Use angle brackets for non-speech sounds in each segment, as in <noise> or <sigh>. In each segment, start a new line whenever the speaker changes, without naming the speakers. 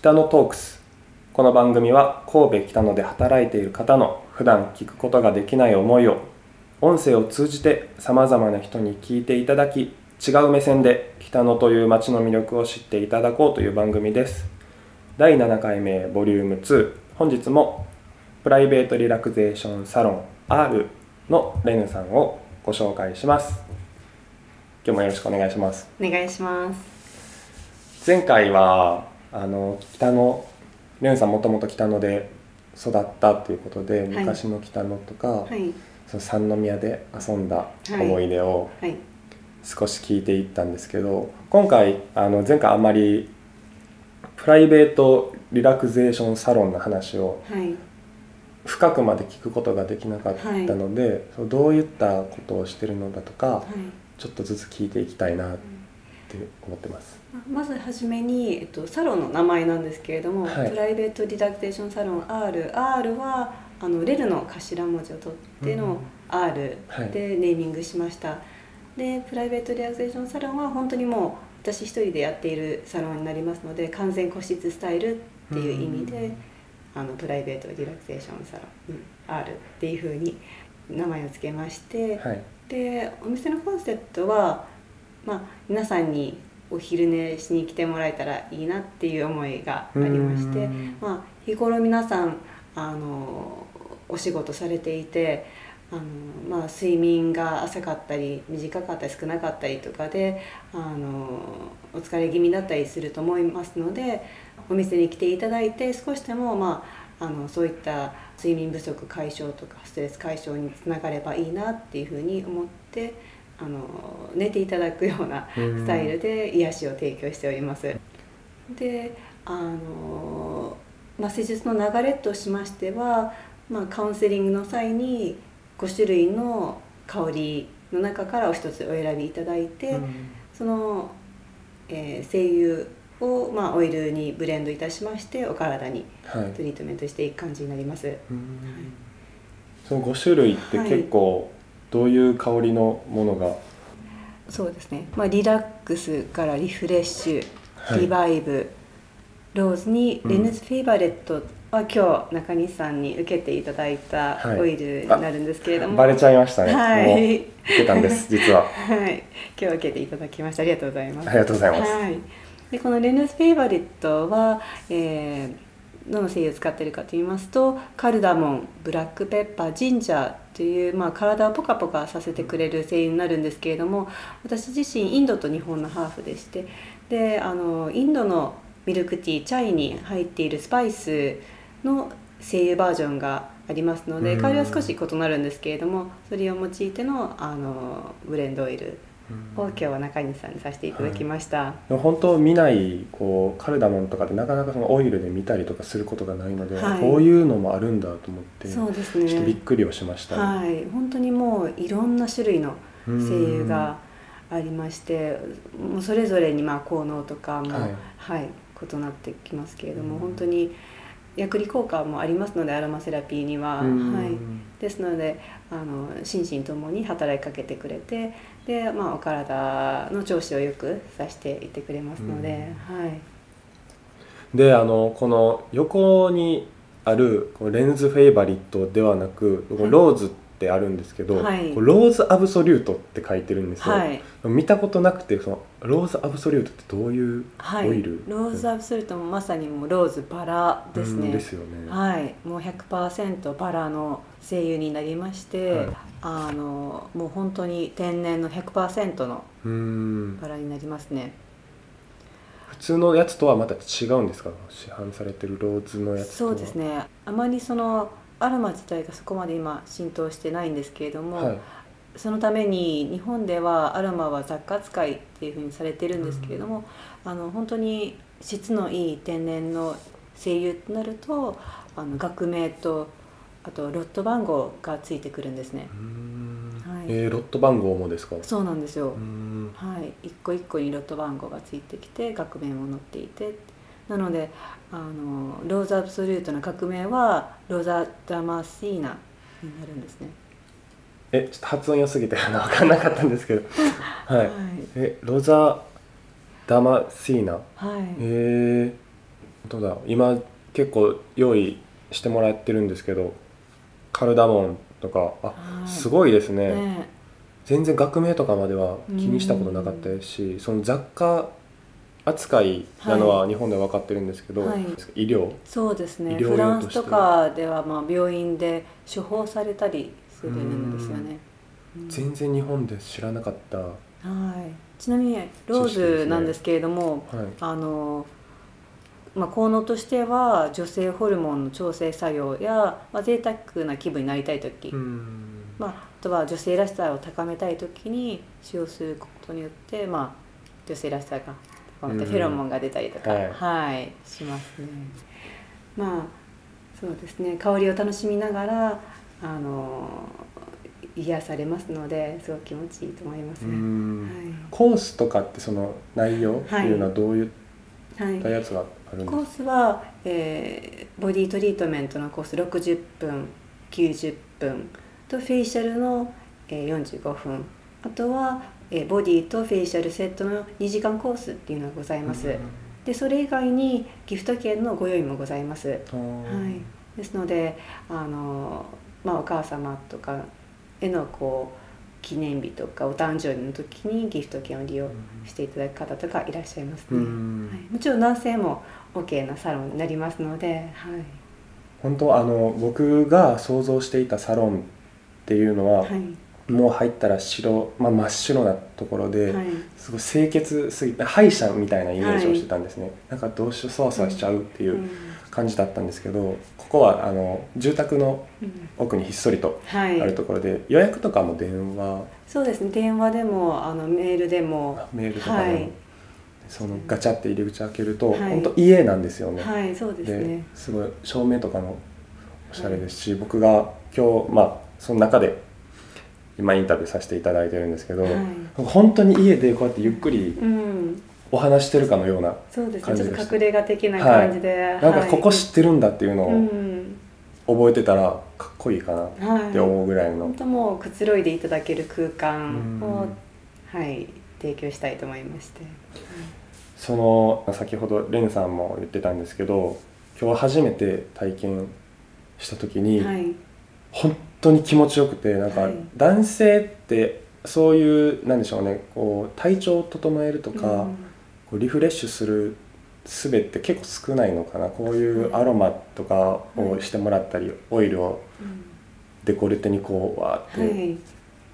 北野トークスこの番組は神戸北野で働いている方の普段聞くことができない思いを音声を通じてさまざまな人に聞いていただき違う目線で北野という街の魅力を知っていただこうという番組です第7回目ボリューム2本日もプライベートリラクゼーションサロン R のレヌさんをご紹介します今日もよろしくお願いします
お願いします
前回はあの北野レンさんもともと北野で育ったということで、
い
昔の北野とか、
はい
その三宮で遊んだ思い出を
はい
少し聞いていったんですけど、今回あの前回あんまりプライベートリラクゼーションサロンの話を
はい
深くまで聞くことができなかったので、そうどういったことをしてるのだとか
はい
ちょっとずつ聞いていきたいなって思ってます。
まずはじめに、えっと、サロンの名前なんですけれども、
はい
プライベートリラクゼーションサロン RR はあのレルの頭文字を取っての R
はい
でネーミングしました、でプライベートリラクゼーションサロンは本当にもう私一人でやっているサロンになりますので完全個室スタイルっていう意味で、
うん
あのプライベートリラクゼーションサロン、うん、R っていうふうに名前を付けまして、
はい、
でお店のコンセプトは、まあ、皆さんにお昼寝しに来てもらえたらいいなっていう思いがありまして
う、ん
まあ、日頃皆さんあのお仕事されていてあの、まあ、睡眠が浅かったり短かったり少なかったりとかであのお疲れ気味だったりすると思いますのでお店に来ていただいて少しでも、まあ、あのそういった睡眠不足解消とかストレス解消につながればいいなっていうふうに思ってあの寝ていただくような
うん
スタイルで癒しを提供しております。であの、まあ、施術の流れとしましては、まあ、カウンセリングの際に5種類の香りの中からお一つお選びいただいて、
うん
その、えー、精油を、まあ、オイルにブレンドいたしましてお体に
はい
トリートメントしていく感じになります。
うんその5種類って結構どういう香りのものが、
そうですね、まあ、リラックスからリフレッシュ、
はい
リバイブローズに
うん
レネス・フェイバレットは今日中西さんに受けていただいた
はい
オイルになるんですけれども、
バ
はい
レちゃいましたね、
はい
もう受けたん
<laughs>
です実は
はい、今日受けていただきましたありがとうございます
あ。りがとうございます、
はい、でこのレネス・フェイバレットは、えーどの精油を使っているかと言いますとカルダモンブラックペッパージンジャーという、まあ、体をポカポカさせてくれる精油になるんですけれども私自身インドと日本のハーフでしてであのインドのミルクティーチャイに入っているスパイスの精油バージョンがありますので
うん
香りは少し異なるんですけれどもそれを用いてのあのブレンドオイルを今日は中西さんにさせていただきました。
でも本当見ないこうカルダモンとかでなかなかそのオイルで見たりとかすることがないので、
はい
こういうのもあるんだと思って
そうです
ちょっとびっ
ね。
くりをしました、
はい、本当にもういろんな種類の
う
精
ん
油がありまして、もうそれぞれにまあ効能とかも、
は
はいい、異なってきますけれど
う
も、
ん
本当に薬理効果もありますので、アロマセラピーには、
うん
はい。ですのであの心身ともに働きかけてくれてで、まあ、お体の調子をよくさせていってくれますので、はい、
であのこの横にあるこうレンズフェイバリットではなくこうローズってあるんですけど、
はい
こうローズアブソリュートって書いてるんですよ、
はい、
見たことなくてそのローズアブソリュートってどういう
はい、
オイル
ローズアブソルトもまさにもうローズバラです
う
ね
んですよね、
はい、もう100%バラの精油になりまして、
はい
あのもう本当に天然の100%の
うん
バラになりますね。
普通のやつとはまた違うんですか市販されてるローズのやつと
そうです
ね
ね。あまりそのアロマ自体がそこまで今浸透してないんですけれども、
はい
そのために日本ではアロマは雑貨扱いっていうふうにされてるんですけれども、あの本当に質のいい天然の精油となるとあの学名とあとロット番号がついてくるんですね
う。ん
はい
えーロット番号もですか
そうなんですよ、
うん
はい、一個一個にロット番号がついてきて学名も載っていてなのであのローズ・アブソリュートの学名はロザ・ダマシーナになるんですね。
えちょっと発音良すぎてあの分かんなかったんですけ
<laughs>
どはい
はい
えロザダマシーナ
はい
えー当だ今結構用意してもらってるんですけどカルダモンとかあ
はい
すごいですね
ね
全然学名とかまでは気にしたことなかったですしその雑貨扱いなのは日本では分かってるんですけど、
はい
医療
そうですね
医療用として
フランスとかではまあ病院で処方されたりするんですよね、うん
全然日本で知らなかった、は
はい、ちなみにローズなんですけれども、
い、
あの、まあ、効能としては女性ホルモンの調整作用や、まあ、贅沢な気分になりたい時、
うん
まあ、あとは女性らしさを高めたい時に使用することによって、まあ、女性らしさが高まって
うん
フェロモンが出たりとか、
はい
はい、しますね。まあそうですね香りを楽しみながらあの癒されますのですごく気持ちいいと思います
う
ね。
んコースとかってその内容っていうのはどういっ
はい、はい
たやつがあるんですか、
コースは、えーボディトリートメントのコース60分90分とフェイシャルの、えー45分あとは、えーボディとフェイシャルセットの2時間コースっていうのがございます、でそれ以外にギフト券のご用意もございます、は
うん
い、ですのであの、まあ、お母様とかへのこう記念日とかお誕生日の時にギフト券を利用していただく方とかいらっしゃいます
う
ね、
ん
はい、もちろん男性も OK なサロンになりますので、はい
本当あの僕が想像していたサロンっていうのは、
はい
もう入ったら白、まあ、真っ白なところで、
はい
すごい清潔すぎて歯医者みたいなイメージをしてたんですね、なんかどうしようそわそわしちゃうっていううん感じだったんですけど、ここはあの住宅の
うん
奥にひっそりと
は
ある
い、
ところで、予約とかも電話
そうですね電話でもあのメールでも
メールとかでも、
はい
そのガチャって入り口開けると、
はい
本当家なんですよね、
はいそうですね
すごい照明とかもおしゃれですし、僕が今日まあその中で今インタビューさせていただいてるんですけど、
はい
本当に家でこうやってゆっくり
うん
お話してるかのような、
そうです
感
ね
じ
ち
で
ょ
し
ったと隠れ家的な感じで、
なんかここ
し
知ってるんだっていうの
う
を
ん
覚えてたらかっこいいかなっ
はい
て思うぐらいの、
本当もうくつろいでいただける空間
う
を
ん
はい提供したいと思いまして
その先ほどレンさんも言ってたんですけど今日初めて体験した時に、
はい
本当に気持ちよくてなんか
はい
男性ってそういうなんでしょうねこう体調を整えるとか、
うん
こうリフレッシュする術って結構少ないのかなこういうアロマとかをしてもらったり、オイルをデコルテにこうわ
う
ー
ん
って、
はい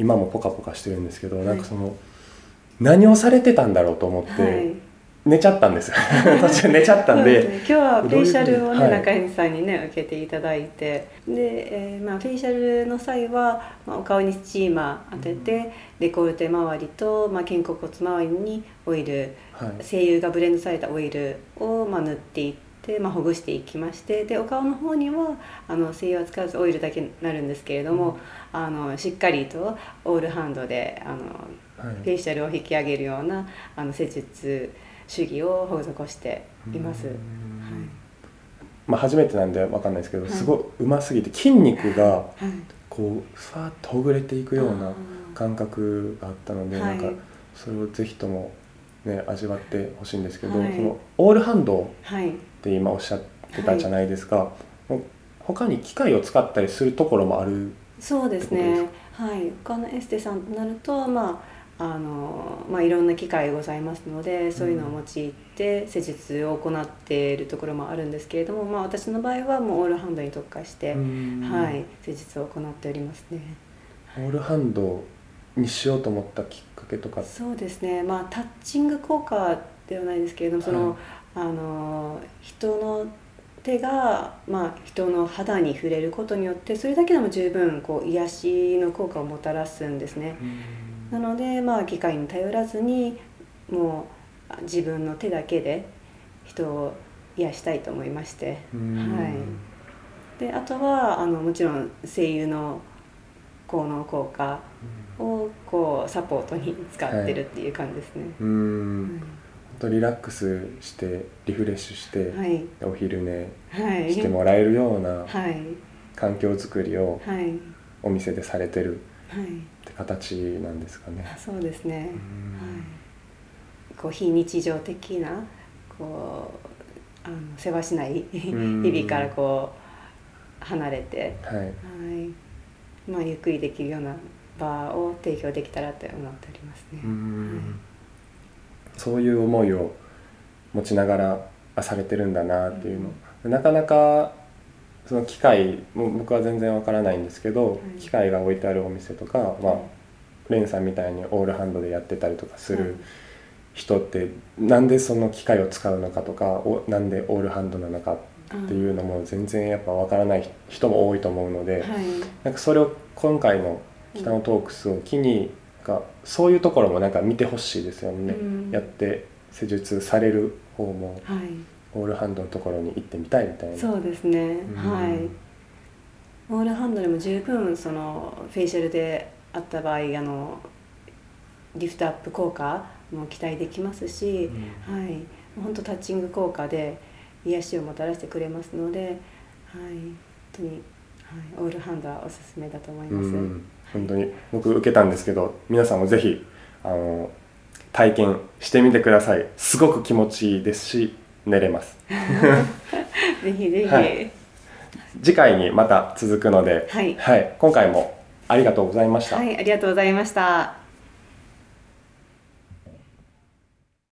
今もポカポカしてるんですけど、
はい
なんかその何をされてたんだろうと思って、
はい
寝ちゃったん
<laughs>
ですよ途中寝ちゃったんで
そうすね、今日はフェイシャルをね、
はい
中西さんにね受けていただいてで、えーまあ、フェイシャルの際は、まあ、お顔にスチーマー当てて、デコルテ周りと、まあ、肩甲骨周りにオイル
はい
精油がブレンドされたオイルを、まあ、塗っていって、まあ、ほぐしていきましてでお顔の方にはあの精油は使わずオイルだけになるんですけれども、あのしっかりとオールハンドであの
はい
フェイシャルを引き上げるようなあの施術主義を施していま
う
す。は
ん
い、
まあ、初めてなんでわかんないですけど、
はい
すごいうますぎて筋肉が
はい、
こうふわっとほぐれていくような
あ
感覚があったので、
ー
なんか
はい
それをぜひとも、ね、味わってほしいんですけど、
はい
そのオールハンド
はい
って今おっしゃってたじゃないですか、もう他に機械を使ったりするところもある
そうです
って
ねはい他のエステさんとなるとまああのまあいろんな機会ございますのでそういうのを用いて施術を行っているところもあるんですけれども、まあ私の場合はもうオールハンドに特化して、は
はい
施術を行っておりますね。
オールハンドにしようと思ったきっかけとか
そうですね、まあ、タッチング効果ではないですけれどもその、
はい
あの人の手が、まあ、人の肌に触れることによってそれだけでも十分こう癒しの効果をもたらすんですね。なので、まあ、機械に頼らずにもうあ自分の手だけで人を癒したいと思いましてはいであとはあのもちろん声優の効能効果をこうサポートに使ってるっていう感じですね。
いうん本当リラックスしてリフレッシュして、
はい
お昼寝
はい
してもらえるような
はい
環境づくりを
はい
お店でされてる
はい
って形なんですかね。
そうですね
う。ん
はい、こう非日常的なこうあの世話しない日
ん
々からこう離れて、
はい
はいまあ、ゆっくりできるような場を提供できたらって思っておりますね。
うんそういう思いを持ちながらあされてるんだなっていうの、なかなかその機械も僕は全然わからないんですけど、
い
機械が置いてあるお店とか、まあ
はい
レンさんみたいにオールハンドでやってたりとかする人って、なんでその機械を使うのかとかおなんでオールハンドなのかっていうのも全然やっぱわからない人も多いと思うので、
はい
なんかそれを今回の「北のトークス」を機に、なんかそういうところもなんか見てほしいですよね、
うん
やって施術される方も
はい、
オールハンドのところに行ってみたいみたいな
そうですね、
うん
はいオールハンドでも十分そのフェイシャルであった場合あのリフトアップ効果も期待できますし、はい本当タッチング効果で癒しをもたらしてくれますので、はい、本当に、はい、オールハンドはおすすめだと思い
うん
ます。
うん本当に僕受けたんですけど皆さんもぜひあの体験してみてくださいすごく気持ちいいですし寝れます
ぜひぜひ、
は
はいい、
次回にまた続くので、
はい
はい、今回もありがとうございました、
ありがとうございました。